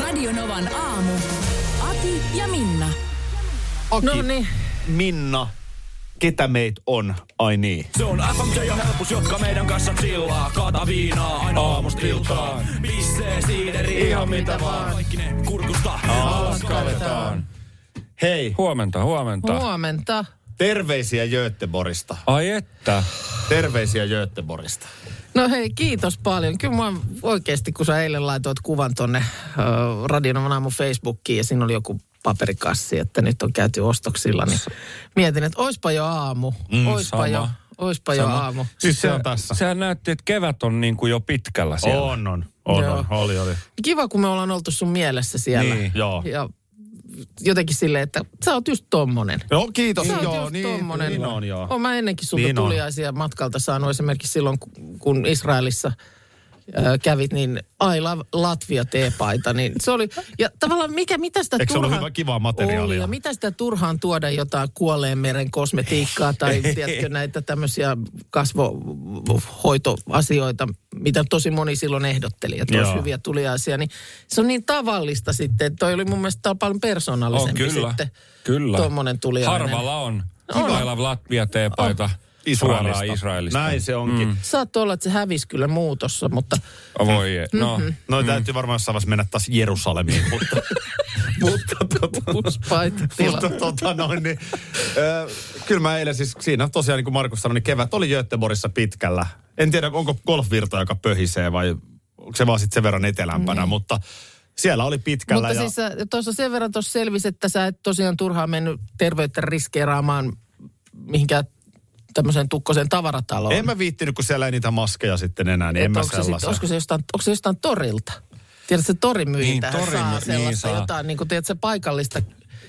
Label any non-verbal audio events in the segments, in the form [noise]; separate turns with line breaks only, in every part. Radionovan aamu. Ati ja Minna.
Aki,
No niin.
Minna, ketä meitä on? Ai niin.
Se on FMJ ja helpus, jotka meidän kanssa chillaa. Kaata viinaa aina aamusta iltaan. Pissee, siideri, ihan mitä vaan. Kaikki ne kurkusta alas kavetaan.
Hei,
Huomenta, huomenta.
Huomenta.
terveisiä Göteborista.
Ai että.
Terveisiä Göteborista.
No hei, kiitos paljon. Kyllä mä oikeasti, kun sä eilen laitoit kuvan tonne uh, Radionovan aamu Facebookiin ja siinä oli joku paperikassi, että nyt on käyty ostoksilla, niin mietin, että oispa jo aamu. Mm, oispa
sama.
jo, oispa jo aamu.
Siis se on tässä.
Sehän näytti, että kevät on niin kuin jo pitkällä siellä.
On, on. On,
Joo.
on. Oli, oli.
Kiva, kun me ollaan oltu sun mielessä siellä.
Niin.
Joo.
Ja jotenkin silleen, että sä oot just tommonen.
Joo, No, kiitos.
Sä oot
joo,
just
niin,
tommonen.
niin on, joo.
Oon mä ennenkin sulta
Niin
niin
on.
tuliaisia matkalta saanut esimerkiksi silloin, ku- kun Israelissa ö, kävit, niin I love Latvia teepaita, niin se oli, ja tavallaan mikä, mitä sitä
Eikö se ollut
turhaan...
hyvä, kivaa materiaalia?
Oli, ja mitä sitä turhaan tuoda jotain kuolleen meren kosmetiikkaa
[laughs]
tai tiedätkö näitä tämmöisiä kasvohoitoasioita, mitä tosi moni silloin ehdotteli, että olisi
Joo.
hyviä tuliaisia, niin se on niin tavallista sitten, että toi oli mun mielestä paljon
on
persoonallisempi
kyllä.
sitten.
Kyllä.
Tuommoinen tuliainen.
Harvalla on. Kivailla Latvia teepaita.
Israelista.
Suoraan Israelista.
Näin se onkin. Mm.
Saattoi olla, että se hävisi kyllä muutossa, mutta
Voi, e- no.
Mm-hmm.
No täytyy varmaan jossain vaiheessa mennä taas Jerusalemiin, mutta... [laughs] mutta tota,
uspait tila.
Mutta tota noin, niin, ö, kyllä mä eilen siis siinä tosiaan, niin kuin Markus sanoi, niin kevät oli Göteborgissa pitkällä. En tiedä, onko golfvirta, joka pöhisee vai onko se vaan sitten sen verran etelämpänä, mm. mutta siellä oli pitkällä.
Niin. Mutta
ja,
siis sä- tuossa sen verran tuossa selvisi, että sä et tosiaan turhaan mennyt terveyttä riskeeraamaan mihinkään tämmöiseen tukkoiseen tavarataloon.
en mä viittinyt, kun siellä ei niitä maskeja sitten enää, niin en mä
onko, se sit,
sellaisen.
onko, se jostain, onko se jostain torilta? Tiedätkö, se torimyyjintä
Niin,
niin,
torin-
saa
niin
sellaista
saa.
jotain, niin kuin tiedätkö, paikallista.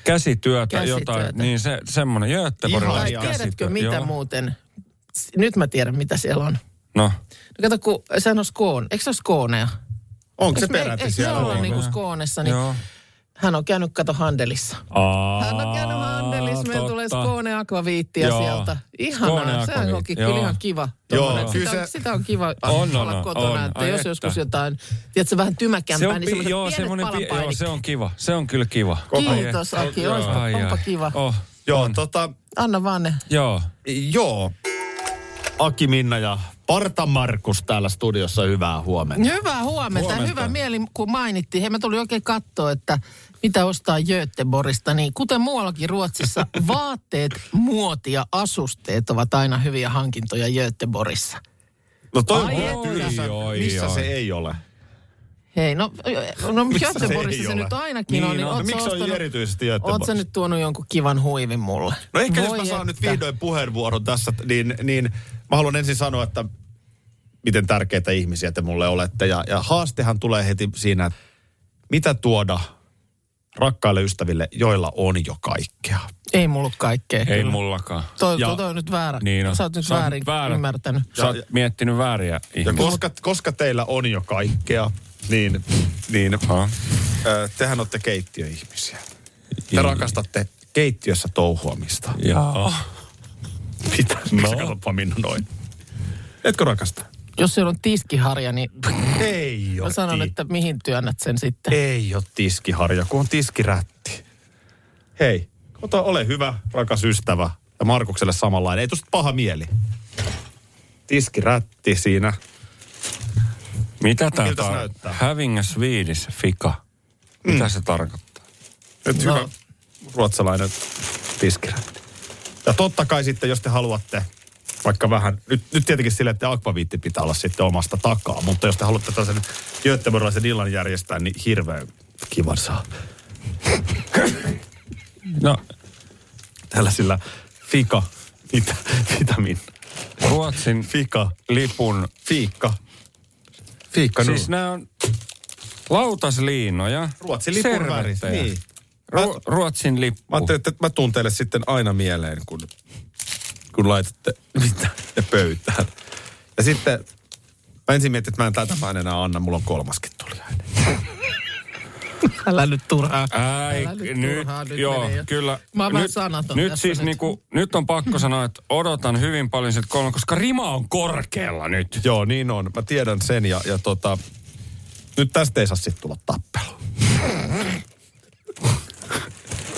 Käsityötä,
Käsityötä.
jotain. Niin se, semmoinen
Ihan
jötteporilaiset
joo.
Tiedätkö
käsityöt.
mitä
joo.
muuten? S- Nyt mä tiedän, mitä siellä on.
No,
No kato, kun sehän on skoon. Eikö se ole skoonea?
onko se
Eikö me-
peräti
eikö
siellä?
me olla
ollut?
niin kuin skoonessa, niin
joo.
hän on käynyt kato handelissa.
Aa,
Hän on käynyt Handelissa, meillä tulee
totta.
Skåne Akvaviittia
Joo.
sieltä.
Skåne
Ihanaa, sehän
Aquavit,
onkin
joo.
kyllä ihan kiva.
Joo,
tommonen.
kyllä
sitä,
se-
on, sitä on kiva
On,
olla
on,
kotona,
on.
että
Ai
jos
että.
joskus jotain, tiedätkö, vähän
Se
tymäkämpää, niin
on, pi-
semmoiset
joo,
pienet
semmoinen pi- joo,
palapainikki.
se on kiva. Se on kyllä kiva.
Kiitos
Ai
Aki,
että.
olisipa-
Ai
onpa
ai.
kiva.
Oh,
Joo, tota,
Anna vaan ne.
joo.
joo. Aki Minna ja Parta Markus täällä studiossa, hyvää huomenta.
Hyvää huomenta,
Huomenta.
hyvä mieli kun mainittiin. Hei, mä tulin oikein katsoa, että mitä ostaa Göteborista, niin kuten muuallakin Ruotsissa, [laughs] vaatteet, muoti ja asusteet ovat aina hyviä hankintoja Göteborissa.
No toi on
Ai
kyllä,
että.
missä-
Oi,
missä
oi,
se
oi.
ei ole.
Hei, no, no
Missä se
Göteborissa
ei
se,
ole?
nyt ainakin on. Niin,
No,
oot sä
miksi se on
ostanut-
erityisesti
Oot sä
Göteborgissa?
nyt tuonut jonkun kivan huivin mulle?
No ehkä jos mä
Voi
saan nyt
että.
vihdoin puheenvuoron tässä, niin, niin mä haluan ensin sanoa, että miten tärkeitä ihmisiä te mulle olette. Ja, ja haastehan tulee heti siinä, että mitä tuoda rakkaille ystäville, joilla on jo kaikkea.
Ei mulla ole kaikkea.
Ei
kyllä.
mullakaan.
Toi,
Ja-
toi, toi on nyt väärä.
Niin on.
Sä oot nyt
Sä oot
väärin
väärä.
ymmärtänyt.
Sä oot miettinyt vääriä
Ja
ihmisiä.
koska, koska teillä on jo kaikkea, niin, niin
Ha?
ö, tehän olette keittiöihmisiä. Te rakastatte keittiössä touhuamista.
Joo.
Mitä? No. Katsoppa minun noin. Etkö rakasta?
Jos siellä on tiskiharja, niin [laughs]
Ei
mä
ole
sanon, että mihin työnnät sen sitten.
Ei ole tiskiharja, kun on tiskirätti. Hei, ota, ole hyvä, rakas ystävä. Ja Markukselle samanlainen. Ei tuosta paha mieli. Tiskirätti siinä.
Mitä tää
Miltä se
tarkoittaa?
näyttää? Mm.
Having a Swedish fika. Mitä se tarkoittaa?
Nyt
No.
no. hyvä ruotsalainen tiskirätti. Ja totta kai sitten, jos te haluatte vaikka vähän, nyt, nyt tietenkin sille, että akvaviitti pitää olla sitten omasta takaa, mutta jos te haluatte tällaisen Göteborgilaisen illan järjestää, niin hirveän kivan saa.
No,
Tällaisilla fika, mitä, mitä Minna?
Ruotsin
Fika.
lipun...
Fiikka. Fiikka
Siis
Siis nää on... Lautasliinoja.
Ruotsin lipun värit.
servettejä.
Niin.
Ru- Ruotsin lippu.
Mä ajattelin, että mä tuun teille sitten aina mieleen, kun, kun laitatte [laughs] mitä ne pöytään.
Ja sitten
Mä ensin mietin, että mä en tätä mä en enää anna, mulla on kolmaskin tuli.
Älä nyt turhaa.
Ai,
Älä nyt
nyt,
turhaan, nyt
joo,
menee jo.
kyllä.
Mä oon vähän
nyt,
sanaton
nyt
tässä
siis
nyt.
Niinku, nyt on pakko sanoa, että odotan hyvin paljon sieltä kolme, koska rima on korkealla nyt.
Joo, niin on. Mä tiedän sen ja, ja tota, nyt tästä ei saa sitten tulla tappelu.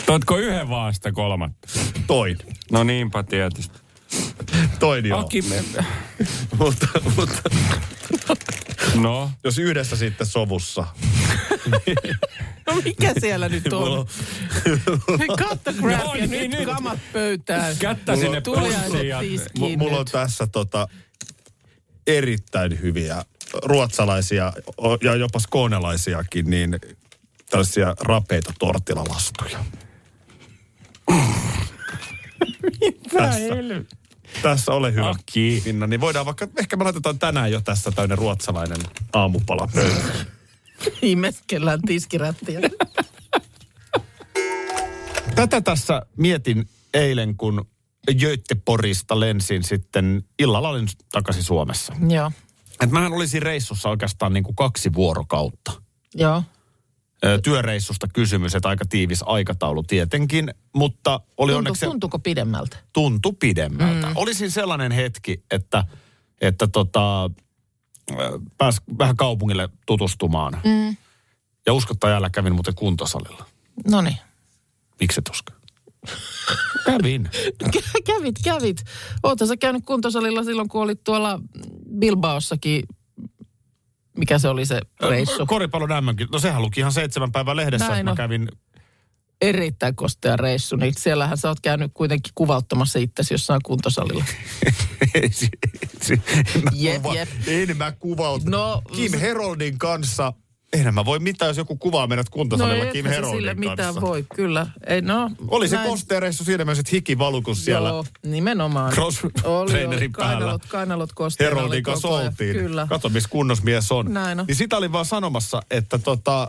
Toitko yhden vaan sitä kolmatta?
Toin.
No niinpä tietysti.
Toin joo.
Aki, me...
Mutta, mutta
No,
jos yhdessä sitten sovussa.
No mikä siellä nyt on? [laughs] Katta
No
crapia,
niin, nyt.
nyt kamat pöytään.
kättä sinne pussiin. ja-
Tuliaiset
M-
tiskiin
mulla on
nyt.
tässä tota, erittäin hyviä ruotsalaisia o- ja jopa skoonelaisiakin, niin tällaisia rapeita tortilalastuja. tässä, tässä ole hyvä.
Aki.
Minna, niin voidaan vaikka, ehkä me laitetaan tänään jo tässä täynnä ruotsalainen aamupala pöytään.
Imeskellään tiskirättiä.
[sniffs]
[laughs]
Tätä tässä mietin eilen, kun Göteborgista lensin sitten, illalla olin takaisin Suomessa.
Joo,
Et mähän olisin reissussa oikeastaan niin kuin kaksi vuorokautta.
joo.
Ö, Työreissusta kysymys, että aika tiivis aikataulu tietenkin, mutta oli
Tuntu,
onneksi
tuntuuko pidemmältä?
tuntu pidemmältä. Mm. Olisin sellainen hetki, että, että tota, ö, pääs vähän kaupungille tutustumaan. Mm. Ja uskottaa jäällä kävin muuten kuntosalilla.
No niin.
Miksi et usko? Kävin.
[laughs] [laughs] Kä- Kävit, kävit. Olethan sä käynyt kuntosalilla silloin, kun olit tuolla Bilbaossakin. Mikä se oli se reissu?
Koripallon mm No sehän luki ihan seitsemän päivän lehdessä,
Näin
että mä
on.
kävin
Erittäin kostea reissu. Niin siellähän sä oot käynyt kuitenkin kuvauttamassa itsesi jossain
[laughs]
kuntosalilla.
Ei si- si- en mä
Jep, jep.
En mä kuvauta.
No,
Kim
s-
Heroldin kanssa. Eihän mä voi mitään, jos joku kuvaa meidät kuntosalilla Kim
No eihän se sille
Heroldin
mitään
kanssa.
voi, kyllä. Ei, no,
Oli se
näin.
kosteereissu siinä myös, että hiki valu, kun siellä
Joo, nimenomaan.
cross
oli, oli,
trainerin päällä
kainalot, kainalot kosteena. oli
Heroldin kanssa
koko ajan.
oltiin.
Kyllä.
Kato, missä kunnossa mies on.
Näin on.
Niin sitä olin vaan sanomassa, että tota,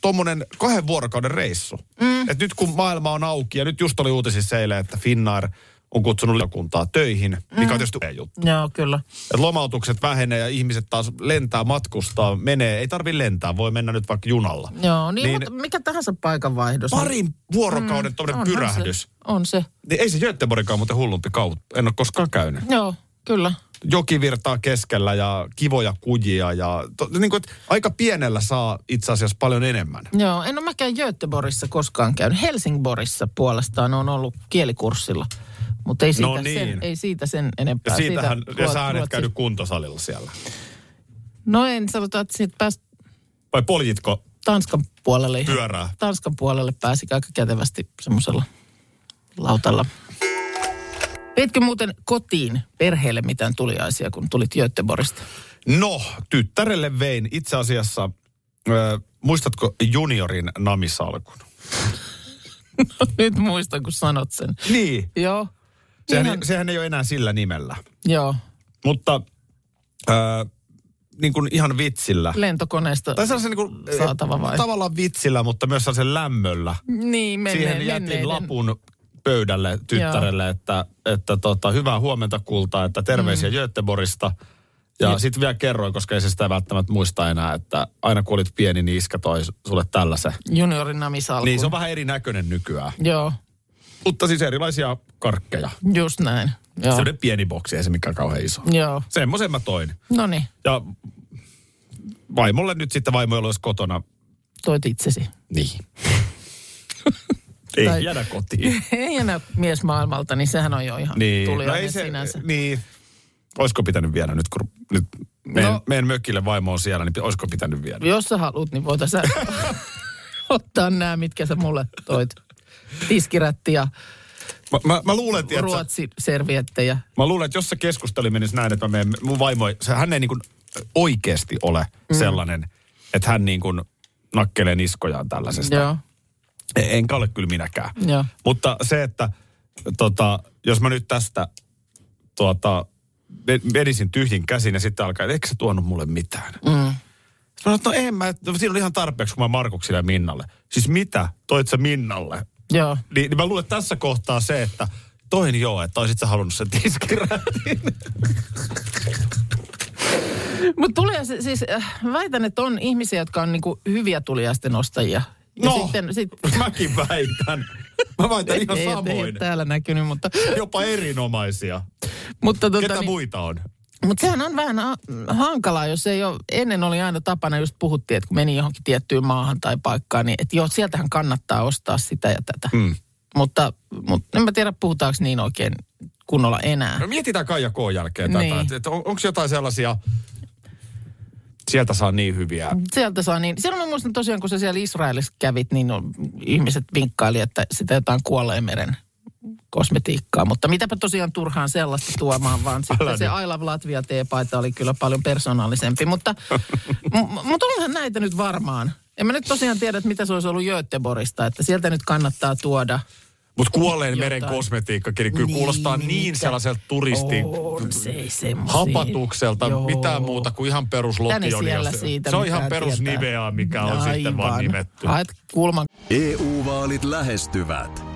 tuommoinen kahden vuorokauden reissu. Mm. Et nyt kun maailma on auki, ja nyt just oli uutisissa eilen, että Finnair on kutsunut lentokuntaa töihin, mm. mikä on tietysti juttu.
Joo, kyllä.
Et lomautukset vähenee ja ihmiset taas lentää, matkustaa, menee. Ei tarvi lentää, voi mennä nyt vaikka junalla.
Joo, niin,
Niin-
niin, mutta mikä tahansa paikanvaihdos. on-
Parin vuorokauden mm, tuommoinen
onhan
pyrähdys.
Se, on se.
Niin ei se Göteborgkaan muuten hullumpi kautta. En ole koskaan käynyt.
Joo, kyllä.
Joki virtaa keskellä ja kivoja kujia ja to, niin kuin, aika pienellä saa itse asiassa paljon enemmän.
Joo, en ole mäkään Göteborgissa koskaan käynyt. Helsingborissa puolestaan on ollut kielikurssilla. Mutta ei, siitä
No niin.
sen- ei siitä sen enempää.
Ja siitähän,
Siitä
ja
ruot-
sä
ruotsi-
et käynyt kuntosalilla siellä.
No en sanota, että siitä pääsi
Vai poljitko
Tanskan puolelle. ihan-
pyörää?
Tanskan puolelle pääsi aika kätevästi semmoisella lautalla. Veitkö muuten kotiin perheelle mitään tuliaisia, kun tulit Göteborgista? [laughs]
No, tyttärelle vein itse asiassa, ö, muistatko juniorin namisalkun?
Nyt muistan, kun sanot sen.
Niin.
Joo,
Sehän,
Ihan-
sehän ei ole enää sillä nimellä.
joo.
Mutta ää, niin kuin ihan vitsillä.
Lentokoneesta.
Tai sellaisen niin kuin,
Saatava vai?
tavallaan vitsillä, mutta myös sellaisen lämmöllä.
Niin, menneen,
Siihen jätin
menneiden-
lapun pöydälle tyttärelle, että, että tota, hyvää huomenta kultaa, että terveisiä mm. Göteborista. Ja sitten vielä kerroin, koska ei se sitä välttämättä muista enää, että aina kun olit pieni, niin iskä toi sulle tällaisen.
Juniorin namisalkun.
Niin se on vähän erinäköinen nykyään.
Joo,
Mutta siis erilaisia karkkeja.
just näin. Joo,
Sellainen pieni boksi, ei se mikään kauhean iso.
joo.
Semmoisen mä toin.
no niin,
Ja vaimolle nyt sitten vaimo, jolla olisi kotona.
toit itsesi.
Niin. [laughs] Ei
Tai-
jäädä
[laughs]
kotiin.
Ei enää mies maailmalta, niin sehän on jo ihan niin.
Niin.
tuliainen sinänsä.
Niin. Olisiko pitänyt viedä nyt, kun nyt meidän, no.
No.
meidän mökille vaimo on siellä, niin olisiko pitänyt viedä?
Jos sä haluat, niin voit
[laughs]
sä ottaa nämä, mitkä sä mulle toit. Tiskirätti ja
Mä, mä, mä luulen, tiedätkö,
ruotsiserviettejä.
mä luulen, että jos se keskusteli menisi näin, että mä menen, mun vaimo, ei- se, hän ei niin kuin oikeasti ole mm. sellainen, että hän niin kuin nakkelee niskojaan tällaisesta.
Joo,
E- Enkä ole kyllä minäkään.
Joo.
Mutta se, että tota, jos mä nyt tästä tuota, me- menisin tyhjin käsin ja sitten alkaa, että eikö sä tuonut mulle mitään? Mm. Sitten mä sanoin, että no en mä, että no, siinä oli ihan tarpeeksi, kun mä Markuksille ja Minnalle. Siis mitä? Toit sä Minnalle?
Joo.
Niin, niin mä luulen, että tässä kohtaa se, että toin joo, että olisit sä halunnut sen tiskirätin. [laughs]
Mutta tulee se- siis, äh, väitän, että on ihmisiä, jotka on niinku hyviä tuliaisten ostajia. Ja
No.
sitten, sit,
Mäkin väitän. Mä väitän ihan
ei, ei, ole
samoin.
täällä näkynyt, mutta...
Jopa erinomaisia.
mutta tota,
Ketä
niin-
muita on?
Mutta sehän on vähän a- hankalaa, jos ei ole, ennen oli aina tapana, just puhuttiin, että kun meni johonkin tiettyyn maahan tai paikkaan, niin että joo, sieltähän kannattaa ostaa sitä ja tätä. Mm. Mutta, mutta en mä tiedä, puhutaanko niin oikein kunnolla enää.
No mietitään Kaija K. jälkeen tätä.
Niin.
Niin. Että on, onko jotain sellaisia, sieltä saa niin hyviä.
Sieltä saa niin. Silloin mä muistan tosiaan, kun sä siellä Israelissa kävit, niin no, ihmiset vinkkaili, että sitä jotain kuolleen meren kosmetiikkaa. Mutta mitäpä tosiaan turhaan sellaista tuomaan, vaan sitten se I Love Latvia teepaita oli kyllä paljon persoonallisempi. Mutta,
[laughs]
m- mutta onhan näitä nyt varmaan. En mä nyt tosiaan tiedä, että mitä se olisi ollut Göteborista, että sieltä nyt kannattaa tuoda.
Mutta kuolleen meren
Jotain.
kosmetiikkakin, niin kyllä
Niin,
kuulostaa
niin
niin,
mitä?
sellaiselta turistin
On se semmosia.
hapatukselta,
Joo.
mitään muuta kuin ihan perus
Mitä ne
lotionia.
siellä
Se-
siitä,
Se on
mitä
ihan perus
tietää?
niveaa, mikä on sitten vaan
Aivan.
nimetty.
Haet kulman
EU-vaalit E lähestyvät.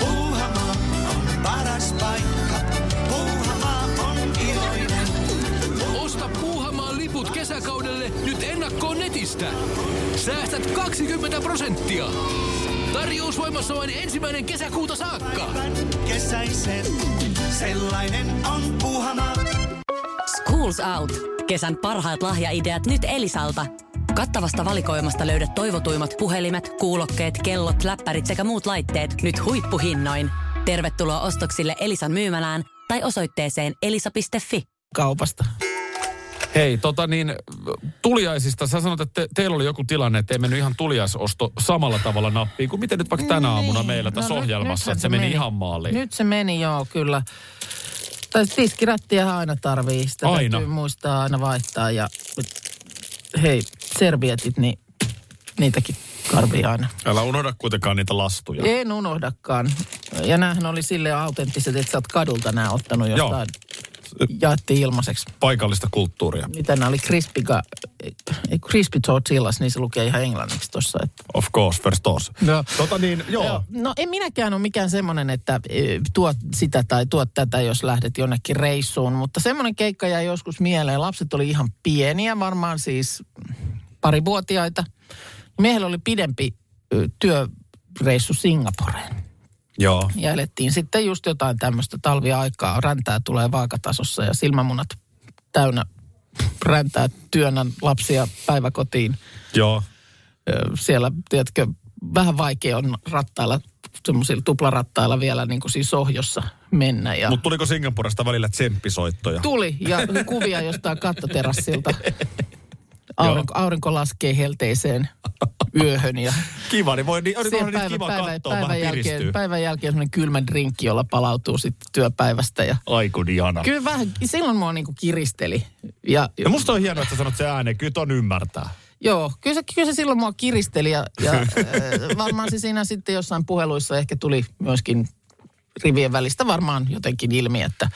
Puuhamaa on paras paikka. Puuhamaa on iloinen.
Osta Puuhamaan liput kesäkaudelle nyt ennakkoon netistä. Säästät 20 prosenttia. Tarjous voimassa vain ensimmäinen kesäkuuta saakka.
Kesäisen. Sellainen on Puuhamaa.
Schools Out. Kesän parhaat lahjaideat nyt Elisalta. Kattavasta valikoimasta löydät toivotuimmat puhelimet, kuulokkeet, kellot, läppärit sekä muut laitteet nyt huippuhinnoin. Tervetuloa ostoksille Elisan myymälään tai osoitteeseen elisa.fi.
kaupasta.
Hei, tota niin, tuliaisista, sä sanot, että te, teillä oli joku tilanne, että ei mennyt ihan tuliaisosto samalla tavalla nappiin kuin miten nyt vaikka tänä aamuna meillä tässä
Niin. No, nyt-
ohjelmassa,
nythän
että se meni ihan maaliin.
Nyt se meni, joo, kyllä. Tai se tiskirättiä aina tarvii, sitä
Aina.
täytyy muistaa aina vaihtaa. Ja hei, servietit, niin niitäkin tarvii aina.
Älä unohda kuitenkaan niitä lastuja.
En unohdakaan. Ja näähän oli sille autenttiset, että sä oot kadulta nää ottanut jostain. Jaettiin ilmaiseksi.
Paikallista kulttuuria,
Mitä nämä oli? Crispiga, ei crispy tortillas, niin se lukee ihan englanniksi tuossa. Että
of course, first course.
No.
Tota niin, joo.
Joo.
joo.
No en minäkään ole mikään semmoinen, että ö, tuot sitä tai tuot tätä, jos lähdet jonnekin reissuun. Mutta semmoinen keikka jäi joskus mieleen. Lapset oli ihan pieniä, varmaan siis parivuotiaita. Miehellä oli pidempi ö, työreissu Singaporeen.
joo.
Ja elettiin sitten just jotain tämmöistä talviaikaa. Räntää tulee vaakatasossa ja silmämunat täynnä räntää työnnän lapsia päiväkotiin
Joo.
ö, siellä, tiedätkö, vähän vaikea on rattailla, semmoisilla tuplarattailla vielä niin kuin siis ohjossa mennä. Ja
Mutta tuliko Singaporesta välillä tsemppisoittoja?
tuli ja kuvia jostain kattoterassilta.
[laughs]
Aurinko, aurinko laskee helteiseen
[laughs]
yöhön ja
kiva, niin voi niin, on
siihen
nyt kiva katsoa, vähän piristyy.
jälkeen, päivän jälkeen semmoinen kylmä drinkki, jolla palautuu sitten työpäivästä. Ja
Ai kun ihana.
kyllä vähän, silloin mua niin kuin kiristeli. Ja,
Ah. Ja musta on hienoa, että sä sanot se ääneen. Kyllä ton ymmärtää.
Joo, kyllä se, kyllä se silloin mua kiristeli ja,
[laughs]
ja äh, varmaan se siinä sitten jossain puheluissa ehkä tuli myöskin rivien välistä varmaan jotenkin ilmi, että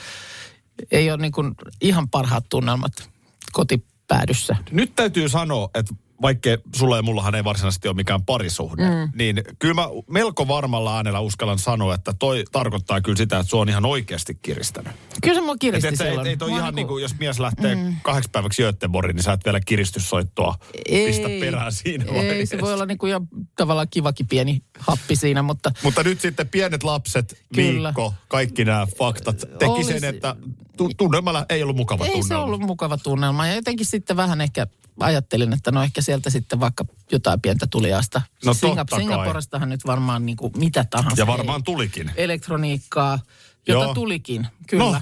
ei ole niin kuin ihan parhaat tunnelmat kotipäädyssä.
Nyt täytyy sanoa, että vaikka sulla ja mullahan ei varsinaisesti ole mikään parisuhde, mm. niin kyllä mä melko varmalla äänellä uskallan sanoa, että toi tarkoittaa kyllä sitä, että sua on ihan oikeasti kiristänyt.
Kyllä se mua
Et,
kiristi
et,
silloin.
et, ei toi
Mua
ihan niin
niinku-
kuin, jos mies lähtee mm. kahdeksi päiväksi Göteborgiin, niin sä et vielä kiristyssoittoa
Ei.
pistä perään siinä
Ei,
vaiheessa.
se voi olla niin kuin ihan tavallaan kivakin pieni happi siinä, mutta
Mutta nyt sitten pienet lapset,
Kyllä.
viikko, kaikki nämä faktat teki
Olisi-
sen, että tu- tunnelmalla ei ollut mukava
ei se
tunnelma.
ollut mukava tunnelma. Ja jotenkin sitten vähän ehkä ajattelin, että no ehkä sieltä sitten vaikka jotain pientä tuliasta.
No totta kai.
Singaporestahan nyt varmaan niin kuin mitä tahansa.
Ja varmaan tulikin.
elektroniikkaa, jota Joo.
Joo.
tulikin, kyllä. No.
No.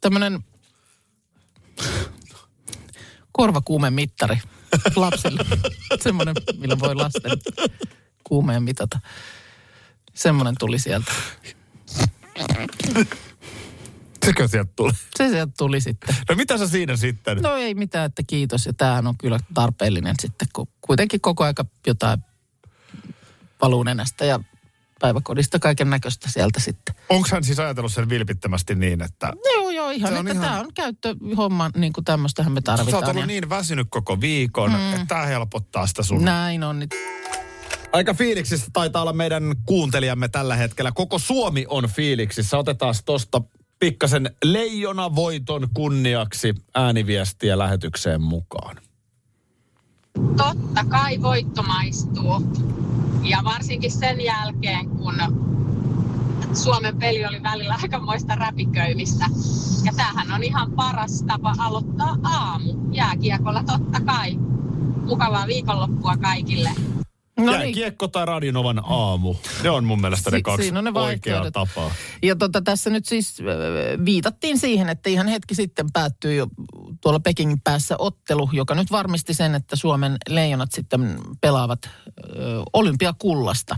Tämmöinen korvakuumemittari.
[laughs]
lapselle. Semmoinen, millä voi lasten kuumeen mitata. Semmoinen tuli sieltä.
Sekö sieltä tuli?
Se sieltä tuli sitten.
No mitä sä siinä sitten?
No ei mitään, että kiitos. Ja tämähän on kyllä tarpeellinen sitten, kun kuitenkin koko aika jotain paluunenästä ja päiväkodista kaiken näköistä sieltä sitten.
Onko hän siis ajatellut sen vilpittömästi niin, että...
Joo, joo, ihan.
Se
Että
on
ihan...
ihan-
Tämä on käyttöhomma, niin kuin tämmöistähän me
Sä oot
tarvitaan.
ollut niin väsynyt koko viikon, mm. että tämä helpottaa sitä sun...
Näin on. niin- Nyt.
Aika fiiliksissä taitaa olla meidän kuuntelijamme tällä hetkellä. Koko Suomi on fiiliksissä. Otetaan tosta pikkasen leijonavoiton kunniaksi ääniviestiä lähetykseen mukaan.
Totta kai voitto maistuu. Ja varsinkin sen jälkeen, kun Suomen peli oli välillä aikamoista räpiköimistä. Ja tämähän on ihan paras tapa aloittaa aamu jääkiekolla totta kai. Mukavaa viikonloppua kaikille.
No
No
niin.
niin. kiekko tai Radionovan aamu. Ne on mun mielestä ne
Si-
kaksi
siinä on ne
oikeaa
vaihtoehdot.
tapaa.
Ja tota, tässä nyt siis äh, viitattiin siihen, että ihan hetki sitten päättyi jo tuolla Pekingin päässä ottelu, joka nyt varmisti sen, että Suomen leijonat sitten pelaavat äh, olympiakullasta.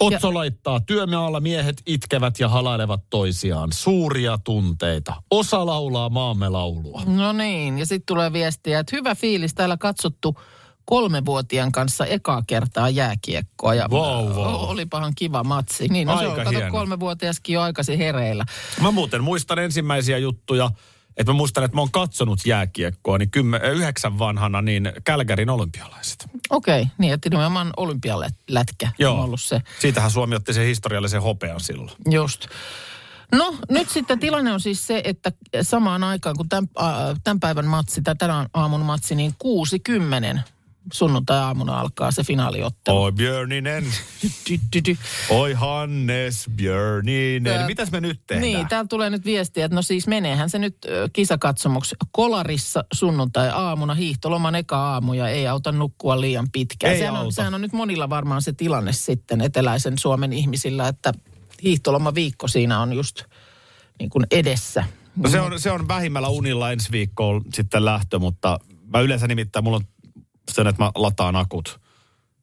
Otso laittaa, työmaalla miehet itkevät ja halailevat toisiaan. Suuria tunteita. Osa laulaa maamme laulua.
No niin, ja sitten tulee viestiä, että hyvä fiilis täällä katsottu kolmevuotiaan kanssa ekaa kertaa jääkiekkoa. Ja
Vau, vau.
O- Olipahan kiva matsi. Niin, no se
Aika
on, kato,
hieno.
kolmevuotiaskin jo aikaisin hereillä.
Mä muuten muistan ensimmäisiä juttuja, että mä muistan, että mä oon katsonut jääkiekkoa, niin kymmen, äh, yhdeksän vanhana, niin Kälkärin olympialaiset.
Okei, okay, niin, että nimenomaan olympialätkä on ollut se.
Siitähän Suomi otti sen historiallisen hopean silloin.
Just. No nyt sitten tilanne on siis se, että samaan aikaan kun tämän, äh, tämän päivän matsi tai tänään aamun matsi, niin 60 sunnuntai-aamuna alkaa se finaaliottelu.
Oi Björninen,
Dy, dy, dy.
oi Hannes Björninen.
Tää-
Mitäs me nyt tehdään?
Niin, täällä tulee nyt viestiä, että no siis meneehän se nyt ö, kisakatsomuksi kolarissa sunnuntai-aamuna, hiihtoloman eka aamu ja ei auta nukkua liian pitkään.
Ei
sehän,
auta.
On, sehän on nyt monilla varmaan se tilanne sitten eteläisen Suomen ihmisillä, että hiihtoloma viikko siinä on just niin kuin edessä.
No se on, se on vähimmällä unilla ensi viikkoon sitten lähtö, mutta mä yleensä nimittäin, mulla on sen, että mä lataan akut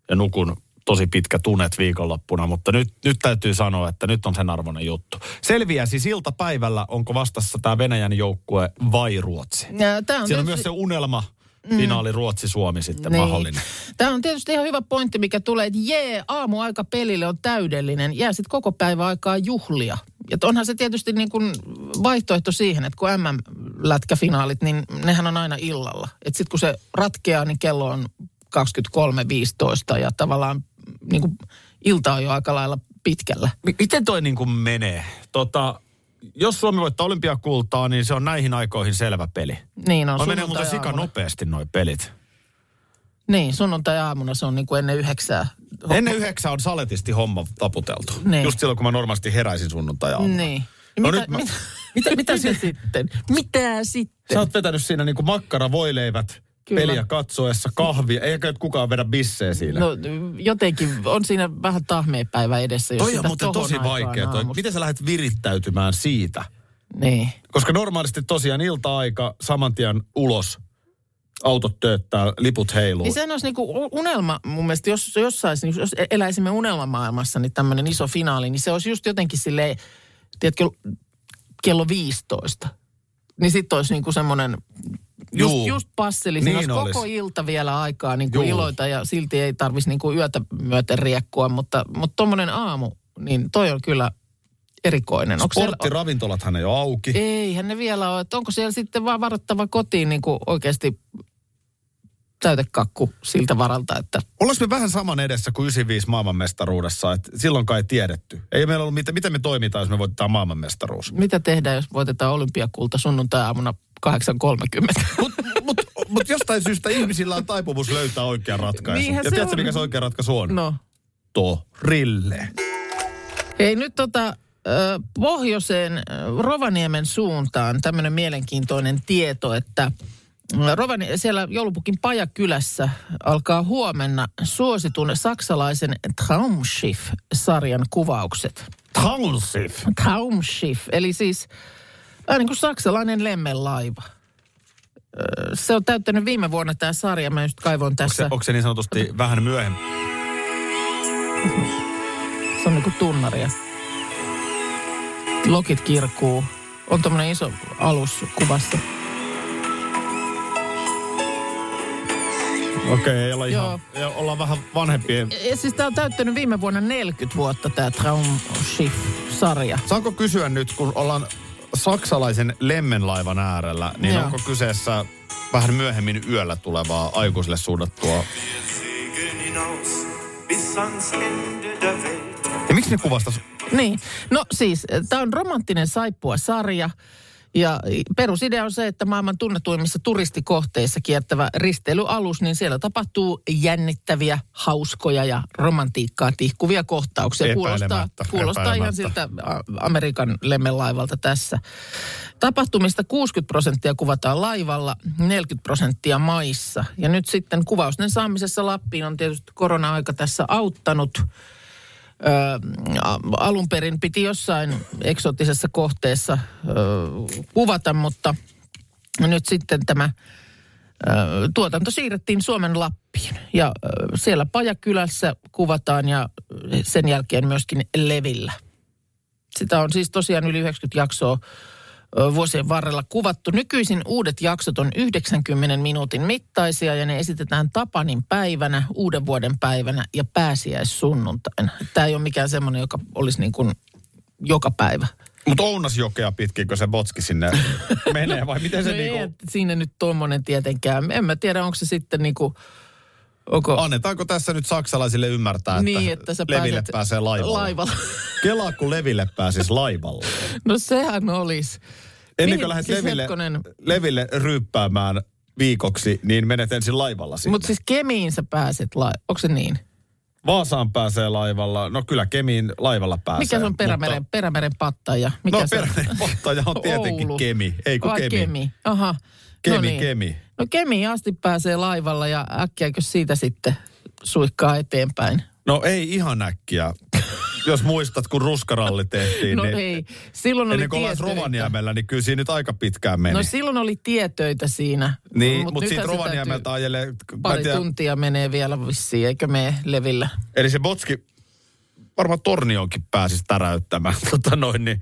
ja nukun tosi pitkä tunet viikonloppuna, mutta nyt, nyt täytyy sanoa, että nyt on sen arvoinen juttu. Selviää siis iltapäivällä, onko vastassa tämä Venäjän joukkue vai Ruotsi.
Ja Tää
Siellä on
tietysti-
myös No se Mm. unelma finaali Ruotsi-Suomi sitten
Niin.
mahdollinen.
Tämä on tietysti ihan hyvä pointti, mikä tulee, että jee, aamuaika pelille on täydellinen. Jää sitten koko päivä aikaa juhlia. Ja onhan se tietysti niin kuin vaihtoehto siihen, että kun MM-lätkäfinaalit, niin nehän on aina illalla. Että sitten kun se ratkeaa, niin kello on 23.15 ja tavallaan niin kuin ilta on jo aika lailla pitkällä.
Mi- Miten toi niin kuin menee? Tota, jos Suomi voittaa olympiakultaa, niin se on näihin aikoihin selvä peli.
Niin on
No, menee muuten sika
sunnuntai-aamuna.
nopeasti noi pelit.
Niin, sunnuntai-aamuna se on niin kuin ennen yhdeksää.
Ennen yhdeksää on saletisti homma taputeltu.
Niin.
Niin. Just silloin, kun mä normaalisti heräisin sunnuntai aamuna.
Niin.
No
mitä,
nyt mä-
mitä, [laughs] mitä,
[laughs]
mitä sitten? Mitä sitten?
Sä oot vetänyt siinä niinku makkaravoileivät
Kyllä.
Kyllä. peliä katsoessa, kahvia. Eikä nyt kukaan vedä bissee siinä.
No jotenkin on siinä vähän tahmea päivä edessä. Jos
toi on
sitä
muuten
tohon
tosi
aikaan
vaikea toi.
aamusta-
Miten sä lähdet virittäytymään siitä?
Niin.
Koska normaalisti tosiaan ilta-aika, saman tien ulos, autot tööttää, liput heiluu.
Niin sehän olisi niinku unelma mun mielestä, jos, jos, saisi, niin jos eläisimme unelmamaailmassa, niin tämmöinen iso finaali, niin se olisi just jotenkin silleen, tiedätkö, kello 15. Niin sitten olisi niinku semmoinen, just,
Juu.
just passeli, niin olisi
Niin
koko
olisi.
ilta vielä aikaa niinku
Juu.
iloita ja silti ei tarvitsisi niinku yötä myöten riekkua, mutta tuommoinen aamu, niin toi on kyllä erikoinen. Onko siellä-
Sporttiravintolathan ei ole auki.
Eihän ne vielä ole. Että onko siellä sitten vaan varattava kotiin niin kuin oikeasti täytekakku siltä varalta, että
Ollaanko me vähän saman edessä kuin 95 maailmanmestaruudessa, että silloin kai ei tiedetty. Ei meillä ollut, mitä, miten me toimitaan, jos me voitetaan maailmanmestaruus.
mitä tehdään, jos voitetaan olympiakulta sunnuntai-aamuna 8.30.
Mutta mut, mut jostain syystä ihmisillä on taipumus löytää oikea ratkaisu.
Niinhän
ja
se
tiedätkö,
on.
mikä se oikea ratkaisu on?
No.
Torille.
Hei, nyt tota, ö, pohjoiseen ö, Rovaniemen suuntaan tämmöinen mielenkiintoinen tieto, että ö, Rovani, siellä joulupukin pajakylässä alkaa huomenna suositun saksalaisen Traumschiff-sarjan kuvaukset.
Tansif.
äh, Traumschiff, eli siis vähän niin kuin saksalainen lemmenlaiva. se on täyttänyt viime vuonna tämä sarja. Mä just kaivoin
Onko se,
tässä.
onko se niin sanotusti vähän myöhemmin?
Se on niinku tunnaria. Lokit kirkuu. On tommonen iso alus kuvassa.
Okei, okay, ei olla ihan, ei ollaan vähän vanhempien.
Ja siis tää on täyttänyt viime vuonna 40 vuotta tää Traum Shift-sarja.
Saanko kysyä nyt, kun ollaan saksalaisen lemmenlaivan äärellä, niin
Joo.
onko kyseessä vähän myöhemmin yöllä tulevaa aikuisille suunnattua? Ja miksi ne kuvastas?
Niin. No siis, tämä on romanttinen saippua-sarja. Ja perusidea on se, että maailman tunnetuimmissa turistikohteissa kiertävä risteilyalus, niin siellä tapahtuu jännittäviä, hauskoja ja romantiikkaa tihkuvia kohtauksia. Kuulostaa,
Epäilemättä,
kuulostaa ihan siltä ä, Amerikan lemmenlaivalta tässä. Tapahtumista 60 prosenttia kuvataan laivalla, 40 prosenttia maissa. Ja nyt sitten kuvausten saamisessa Lappiin on tietysti korona-aika tässä auttanut – Ö, a- alun perin piti jossain eksoottisessa kohteessa ö, kuvata, mutta nyt sitten tämä ö, tuotanto siirrettiin Suomen Lappiin. Ja ö, siellä Pajakylässä kuvataan ja sen jälkeen myöskin Levillä. Sitä on siis tosiaan yli 90 jaksoa ö, vuosien varrella kuvattu. Nykyisin uudet jaksot on 90 minuutin mittaisia ja ne esitetään Tapanin päivänä, uuden vuoden päivänä ja pääsiäissunnuntaina. Tämä ei ole mikään semmoinen, joka olisi niin kuin joka päivä.
Mutta Ounasjokea pitkinkö se botski sinne menee vai miten se
no
niinku...
ei, että siinä nyt tuommoinen tietenkään. En mä tiedä, onko se sitten niinku... Onko...
Annetaanko tässä nyt saksalaisille ymmärtää,
Niin, että sä
Leville
pääset
pääsee laivalla?
laivalla.
Kelaa, kun Leville pääsis laivalla.
[laughs] No sehän olisi.
Ennen
Mihin-
kuin lähdet
siis
Leville,
hetkonen.
Leville ryyppäämään viikoksi, niin menet ensin laivalla sinne.
Mutta siis Kemiin sä pääset laivalle. Onko se niin?
Vaasaan pääsee laivalla, no kyllä Kemiin laivalla pääsee.
Mikä se on perämeren,
Mutta,
perämeren pattaja? Mikä
no
se on?
perämeren pottaja on tietenkin
Oulu.
Kemi, ei kun
Vai
Kemi.
kemi. Aha.
Kemi,
no niin.
Kemi.
No Kemiin asti pääsee laivalla ja äkkiäkö siitä sitten suihkaa eteenpäin?
No ei ihan äkkiä. Jos muistat, kun ruskaralli tehtiin,
[laughs] no
niin
ei. no Silloin oli
ennen kuin ollaan
tietöitä.
Rovaniemellä, niin kyllä siinä nyt aika pitkään meni.
No silloin oli tietöitä siinä.
niin,
mut
mutta mut siitä
nythän se täytyy-
Rovaniemeltä ajelee... mä en
Pari
tiedä-
tuntia menee vielä vissiin, eikö me levillä?
Eli se Botski varmaan tornionkin pääsisi täräyttämään, [laughs] tota noin, niin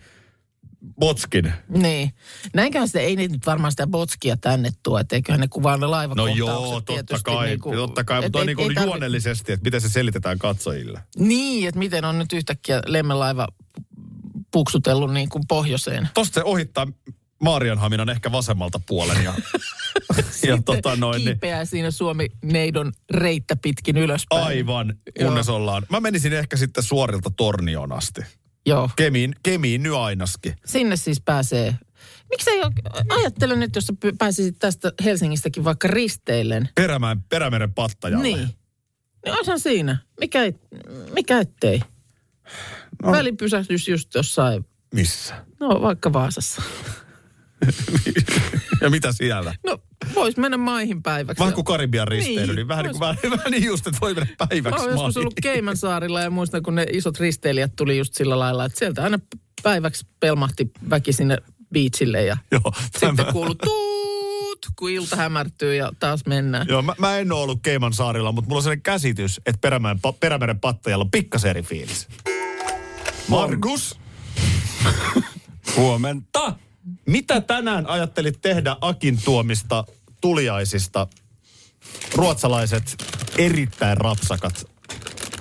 Botskin.
Niin. Näinköhän se ei niitä nyt varmaan sitä botskia tänne tuo, että eiköhän ne kuvaa ne
No
laivakohtaukset
joo, totta
tietysti
kai,
niinku-
totta kai,
et
mutta
ei-
on niin
ei
kuin
tarvi-
juonellisesti, että miten se selitetään katsojille.
Niin, että miten on nyt yhtäkkiä lemmenlaiva puksutellut niin kuin pohjoiseen.
Tosta se ohittaa Maarianhaminan ehkä vasemmalta puolen
[laughs]
ja, ja tota noin, niin
Kiipeää siinä Suomi-neidon reittä pitkin ylöspäin.
aivan, kunnes ollaan. Mä menisin ehkä sitten suorilta tornioon asti.
Joo.
Kemiin, kemiin nyt ainakin.
Sinne siis pääsee. Miksei ole, ajattele nyt, jos sä py- pääsisit tästä Helsingistäkin vaikka risteillen.
Perämään, perämeren pattajalle.
Niin. Niin onhan siinä. Mikä, et, mikä ettei? No. Välipysähdys just jossain,
Missä? [laughs]
no vaikka Vaasassa.
Ja mitä siellä?
No, vois mennä maihin päiväksi.
Vähän kuin Karibian risteily, niin,
Niin,
niin vähän niin kuin, vähän, vähän niin just, että voi mennä
Mä
päiväksi
oon joskus
maihin.
ollut Keimansaarilla ja muistan, kun ne isot risteilijät tuli just sillä lailla, että sieltä aina päiväksi pelmahti väki sinne beachille ja
Joo,
sitten
tämä-
kuuluu tuut, kun ilta hämärtyy ja taas mennään.
Joo, mä, mä en ole ollut Keiman saarilla, mutta mulla on sellainen käsitys, että perämeren, pa, perämeren pattajalla on pikkasen eri fiilis. Markus,
Huomenta!
mitä tänään ajattelit tehdä Akin tuomista tuliaisista ruotsalaiset erittäin rapsakat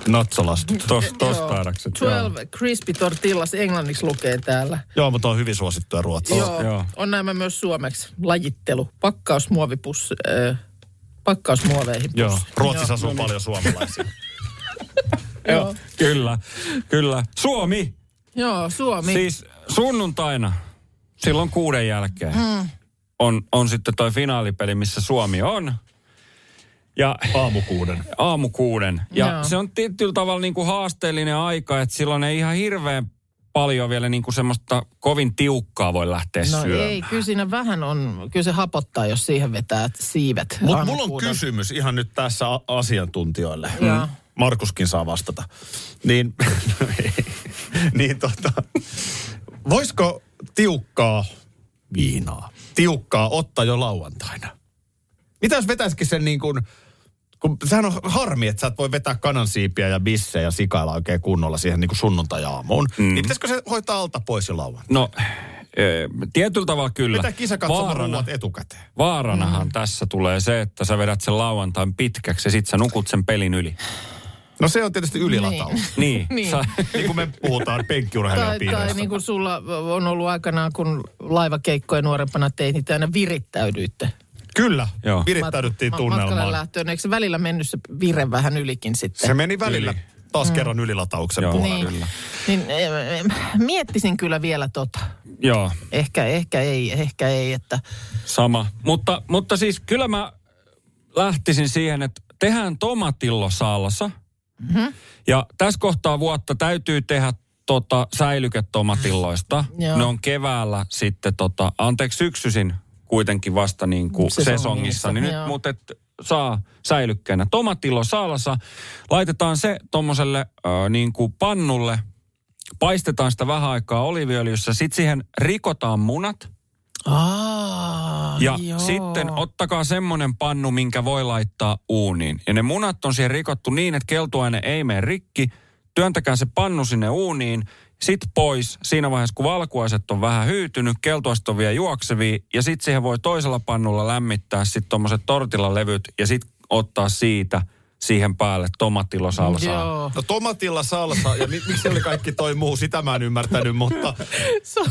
natsolasta?
Tos, tos
Joo.
taidakset.
12 crispy tortillas englanniksi lukee täällä.
Joo, mutta on hyvin suosittuja Ruotsissa.
Joo,
joo.
on nämä myös suomeksi. Lajittelu. Pakkausmuovipussi. Äh, pakkausmuoveihin.
Joo.
Ruotsissa asuu paljon suomalaisia.
Joo. Kyllä, kyllä. Suomi!
Joo, Suomi.
Siis sunnuntaina, silloin kuuden jälkeen,
Hmm.
mm. on, on sitten toi finaalipeli, missä Suomi on. Ja
Aamukuuden.
aamu kuuden. Ja
Joo.
Joo. se on tietyllä tavalla niin kuin haasteellinen aika, että silloin ei ihan hirveän paljon vielä niin kuin semmoista kovin tiukkaa voi lähteä
No
syömään.
ei, kyllä siinä vähän on, kyllä se hapottaa, jos siihen vetää siivet.
Mutta mulla on
aamukuudelta.
kysymys ihan nyt tässä a- asiantuntijoille. Mm.
Joo.
Markuskin saa vastata. Niin, [laughs] niin tota, voisiko tiukkaa viinaa, tiukkaa ottaa jo lauantaina? Mitä jos vetäisikin sen niin kuin, kun sehän on harmi, että sä et voi vetää kanansiipiä ja bissejä ja sikailla oikein kunnolla siihen niin kuin sunnuntajaamuun. Mm. Niin pitäisikö se hoitaa alta pois jo lauan?
No, eh, tietyllä tavalla kyllä.
Mitä kisa katsoo ruuat etukäteen?
Vaaranahan mm. tässä tulee se, että sä vedät sen lauantain pitkäksi ja sit sä nukut sen pelin yli.
No se on tietysti ylilataus. Niin,
Niin.
Niin.
Sä,
niin kuin me puhutaan
Tai, tai
penkkiurheilijapiireistä.
niin kuin sulla on ollut aikanaan, kun laivakeikkoja nuorempana teit, niin te aina virittäydyitte.
Kyllä,
Joo.
virittäydyttiin
Ma- Matkalle
tunnelmaan.
lähtöön. Eikö se välillä mennyt se vire vähän ylikin sitten?
Se meni välillä taas
Mm.
kerran ylilatauksen
Joo.
puolella.
niin, niin, eh, eh, miettisin kyllä vielä tota.
joo,
Ehkä, ehkä ei, ehkä ei, että
sama. Mutta, mutta siis kyllä mä lähtisin siihen, että tehdään tomatillo salsa. Mm-hmm. Ja tässä kohtaa vuotta täytyy tehdä tota säilyketomatilloista.
Joo.
Ne on keväällä sitten, tota, anteeksi syksyisin kuitenkin vasta niin kuin
Sesongissa,
sesongissa. Niin nyt,
joo.
mutta et saa säilykkeenä. Tomatillo salsa, laitetaan se tommoselle ö, niin kuin pannulle, paistetaan sitä vähän aikaa oliiviöljyssä, sitten siihen rikotaan munat.
Aa,
Ja
joo.
Joo. sitten ottakaa semmoinen pannu, minkä voi laittaa uuniin. Ja ne munat on siihen rikottu niin, että keltuaine ei mene rikki. Työntäkää se pannu sinne uuniin, sit pois siinä vaiheessa, kun valkuaiset on vähän hyytynyt, keltuaiset on vielä juoksevia, ja sit siihen voi toisella pannulla lämmittää sit tommoset tortilalevyt, ja sit ottaa siitä siihen päälle tomatilosalsaa.
Joo.
No tomatilla salsa ja mi- miksi oli kaikki toi muu, sitä mä en ymmärtänyt, [laughs] mutta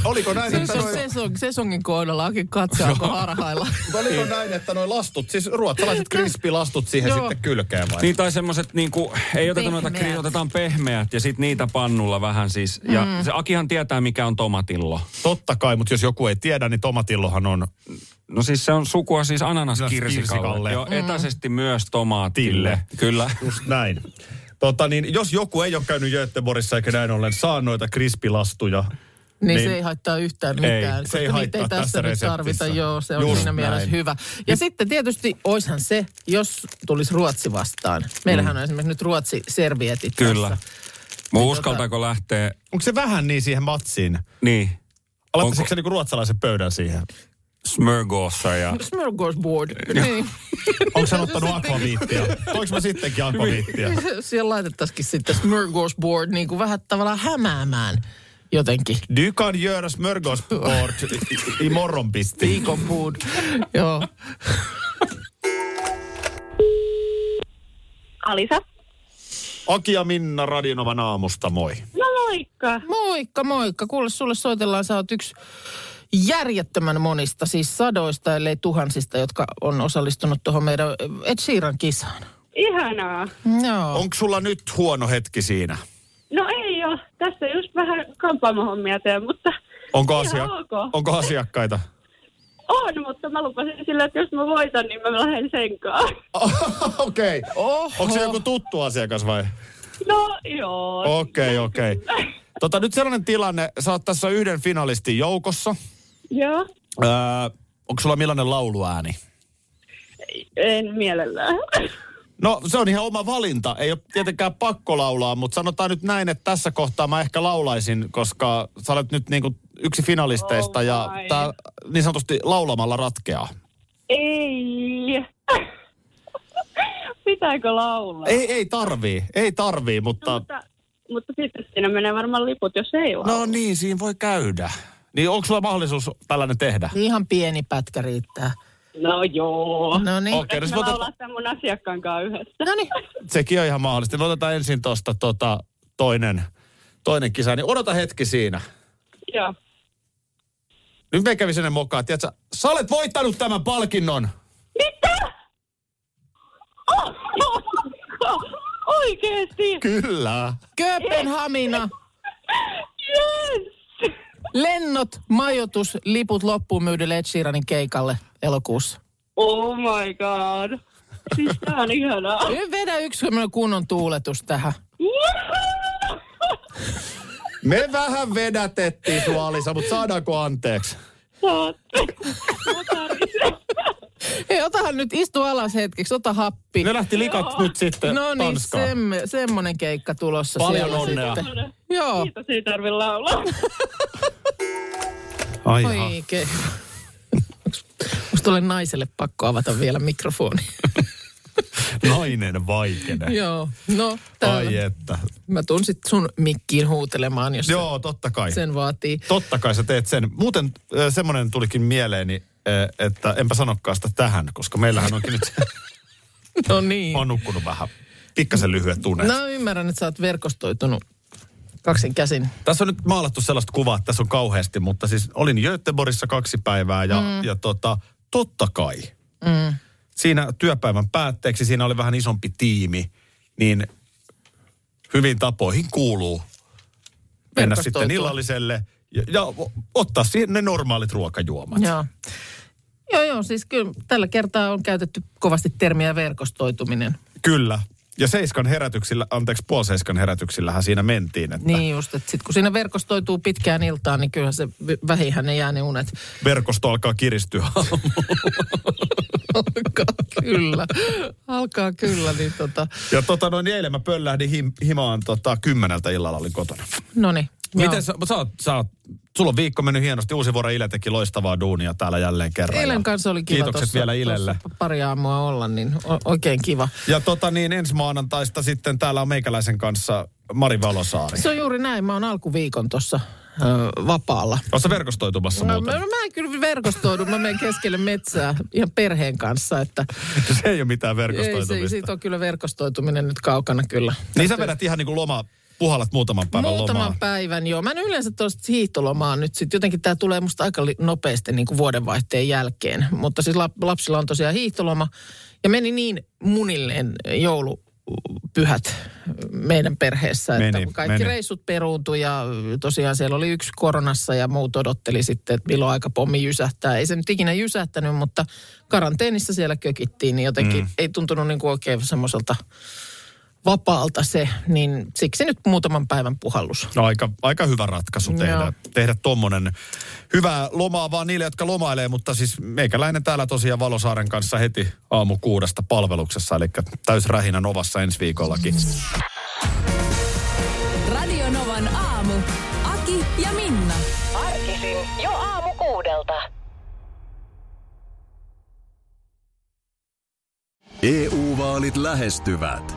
oliko näin,
Se
että
on
noi,
sesong, sesongin kohdalla onkin katsoa, kun harhailla.
mutta oliko näin, että noi lastut, siis ruotsalaiset krispilastut siihen
Joo.
sitten kylkeen vai?
Niin tai semmoset niinku, ei oteta noita
Pehmeät.
kriisi, otetaan pehmeät ja sit niitä pannulla vähän siis. Ja
Mm.
se Akihan tietää mikä on tomatillo.
Totta kai, mutta jos joku ei tiedä, niin tomatillohan on
No siis se on sukua siis
Kirsikalle.
ananaskirsikalle. Joo, etäisesti myös tomaatille.
Tille.
Kyllä. [laughs]
just näin. Tota niin, jos joku ei ole käynyt Göteborgissa eikä näin ollen saa noita krispilastuja,
Niin,
Niin.
niin se ei haittaa yhtään mitään,
se ei
koska niitä
haittaa
ei tässä,
tässä
nyt
reseptissä.
tarvita. Joo, se on
Just
siinä mielessä
näin. Niin.
hyvä. Ja sitten tietysti oishan se, jos tulisi Ruotsi vastaan.
Mm.
Meillähän on esimerkiksi nyt Ruotsi-servietit
Kyllä.
tässä.
Mä uskaltaako lähteä,
onko se vähän niin siihen matsiin?
niin,
Aloittaisitko
Onko-
se niinku ruotsalaisen pöydän siihen?
smörgåsa ja...
Smörgåsbord. Niin.
Onko hän ottanut akvaviittia? Onko mä sittenkin akvaviittia?
Niin.
Siellä laitettaisikin sitten smörgåsbord niin kuin vähän tavallaan hämäämään jotenkin.
Du kan göra smörgåsbord i- i morgonpisti. [laughs]
Viikonpuud. Joo.
Alisa.
Aki ja Minna Radionovan aamusta, moi.
No moikka.
Moikka, moikka. Kuule, sulle soitellaan. Sä oot yksi järjettömän monista, siis sadoista, ellei tuhansista, jotka on osallistunut tuohon meidän Ed Sheeran kisaan.
Ihanaa.
Joo.
Onko sulla nyt huono hetki siinä?
No ei ole. Tässä just vähän kampaamohommia teen, mutta
Onko,
Ihan
asia-
ok.
onko asiakkaita?
on, mutta mä lupasin sillä, että jos mä voitan, niin mä lähden senkaan. [laughs]
Okei. Okay. Onko se joku tuttu asiakas vai?
No joo.
Okei, okei. Tota, nyt sellainen tilanne, sä oot tässä yhden finalistin joukossa.
[laughs] Joo.
Öö, onko sulla millainen lauluääni?
En mielellään.
No se on ihan oma valinta. Ei ole tietenkään pakko laulaa, mutta sanotaan nyt näin, että tässä kohtaa mä ehkä laulaisin, koska sä olet nyt niin kuin yksi finalisteista
Oh
ja
my.
tää niin sanotusti laulamalla ratkeaa.
Ei. Pitääkö laulaa?
Ei, ei tarvii, ei tarvii,
No,
mutta...
mutta, mutta sitten siinä menee varmaan liput, jos ei laula.
No niin, siinä voi käydä. Niin onko sulla mahdollisuus tällainen tehdä?
Ihan pieni pätkä riittää.
No joo.
No niin.
Okei, no
Mä
sit me
laulaa
otetaan,
sitä mun asiakkaan kanssa yhdessä.
No niin.
sekin on ihan mahdollista. Niin Me otetaan ensin tuosta tota, toinen, toinen kisa, niin odota hetki siinä.
Joo.
Nyt me kävi sinne mokaan, tiedätkö, sä olet voittanut tämän palkinnon.
Mitä? [laughs] Oh, oh, oh, oikeesti?
Kyllä.
Kööpenhamina.
Yes!
Lennot, majoitus, liput loppuun myydellä Ed Sheeranin keikalle elokuussa.
Oh my god. Siis tää on ihanaa.
Nyt vedä yksi semmoinen kunnon tuuletus tähän.
Me vähän vedätettiin sua, Alisa, mutta saadaanko anteeksi?
Saat.
Hei, otahan nyt, istu alas hetkeksi, ota happi.
Ne lähti likat nyt sitten
No niin,
Tanskaan.
semme, semmonen keikka tulossa
Paljon
siellä
onnea.
sitten. Joo.
Kiitos, ei tarvi laulaa.
Ai
Oikein. Onko Onko tuolle naiselle pakko avata vielä
[laughs]
mikrofoni?
Nainen vaikene.
Joo, no täällä.
Ai että.
Mä tuun sit sun mikkiin huutelemaan, jos
Joo, totta kai.
sen vaatii. [laughs]
Totta kai sä teet sen. Muuten ö, semmoinen tulikin mieleeni, ö, että enpä sanokaan sitä tähän, koska meillähän onkin
[laughs]
nyt...
No niin.
Mä oon nukkunut vähän. Pikkasen lyhyet tunnet.
No ymmärrän, että sä oot verkostoitunut kaksin käsin.
Tässä on nyt maalattu sellaista kuvaa, että tässä on kauheasti, mutta siis olin Göteborgissa kaksi päivää ja, mm. ja tota, totta kai.
Mm.
Siinä työpäivän päätteeksi, siinä oli vähän isompi tiimi, niin hyvin tapoihin kuuluu mennä
Verkostoitua.
sitten illalliselle ja, ja o- ottaa siihen ne normaalit ruokajuomat.
Joo. Joo, joo, siis kyllä tällä kertaa on käytetty kovasti termiä verkostoituminen.
Kyllä. Ja seiskan herätyksillä, anteeksi, puoliseiskan herätyksillähän siinä mentiin, että niin.
Niin just, että sit kun siinä verkostoituu pitkään iltaan, niin kyllähän se v- vähihän ne jää
[laughs]
ne unet.
verkosto alkaa kiristyä. [laughs]
Alkaa kyllä, alkaa kyllä, niin tota,
ja tota noin, niin eilen mä pöllähdin him, himaan tota, kymmeneltä illalla olin kotona.
no niin.
Miten sä, sä, oot, sä oot, sulla on viikko mennyt hienosti. Uusi vuoro Ile teki loistavaa duunia täällä jälleen kerran.
Eilen
Ja
kanssa oli kiva
Kiitokset
tossa,
vielä Ilelle.
tossa pari aamua olla, niin o- oikein kiva.
Ja tota niin, ensi maanantaista sitten täällä on meikäläisen kanssa Mari Valosaari.
Se on juuri näin, mä oon alkuviikon tuossa vapaalla.
Oletko sä verkostoitumassa
Mä,
muuten?
mä, mä en kyllä verkostoudu, mä menen keskelle metsää ihan perheen kanssa, että
[laughs] se ei ole mitään
ei,
verkostoitumista.
se, siitä on kyllä verkostoituminen nyt kaukana kyllä.
Niin sä vedät ihan niin kuin loma, puhalat muutaman päivän
Muutaman
lomaa.
päivän, joo. Mä en yleensä tuosta hiihtolomaa nyt sitten. Jotenkin tämä tulee musta aika li- nopeasti niin kuin vuodenvaihteen jälkeen. Mutta siis lap- lapsilla on tosiaan hiihtoloma. Ja meni niin munilleen joulupyhät meidän perheessä, että
Meni,
kaikki
meni.
reissut peruuntui ja tosiaan siellä oli yksi koronassa ja muut odotteli sitten, että milloin aika pommi jysähtää. Ei se nyt ikinä jysähtänyt, mutta karanteenissa siellä kökittiin, niin jotenkin mm. ei tuntunut niin kuin oikein semmoiseltä vapaalta se, niin siksi nyt muutaman päivän puhallus.
No aika, aika hyvä ratkaisu tehdä,
Joo.
tehdä tuommoinen hyvää lomaa vaan niille, jotka lomailee, mutta siis meikäläinen täällä tosiaan Valosaaren kanssa heti aamu kuudesta palveluksessa, eli täysrähinä Novassa ensi viikollakin.
Radio Novan aamu. Aki ja Minna.
Arkisin jo aamu kuudelta.
EU-vaalit E lähestyvät.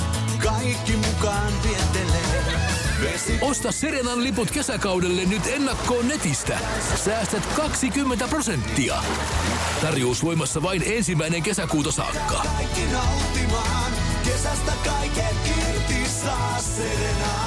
kaikki mukaan vientelee. Vesi...
Osta Serenan liput kesäkaudelle nyt ennakkoon netistä. Säästät 20 prosenttia. Tarjous voimassa vain ensimmäinen kesäkuuta saakka.
Kaikki nauttimaan, kesästä kaiken irti saa Serena.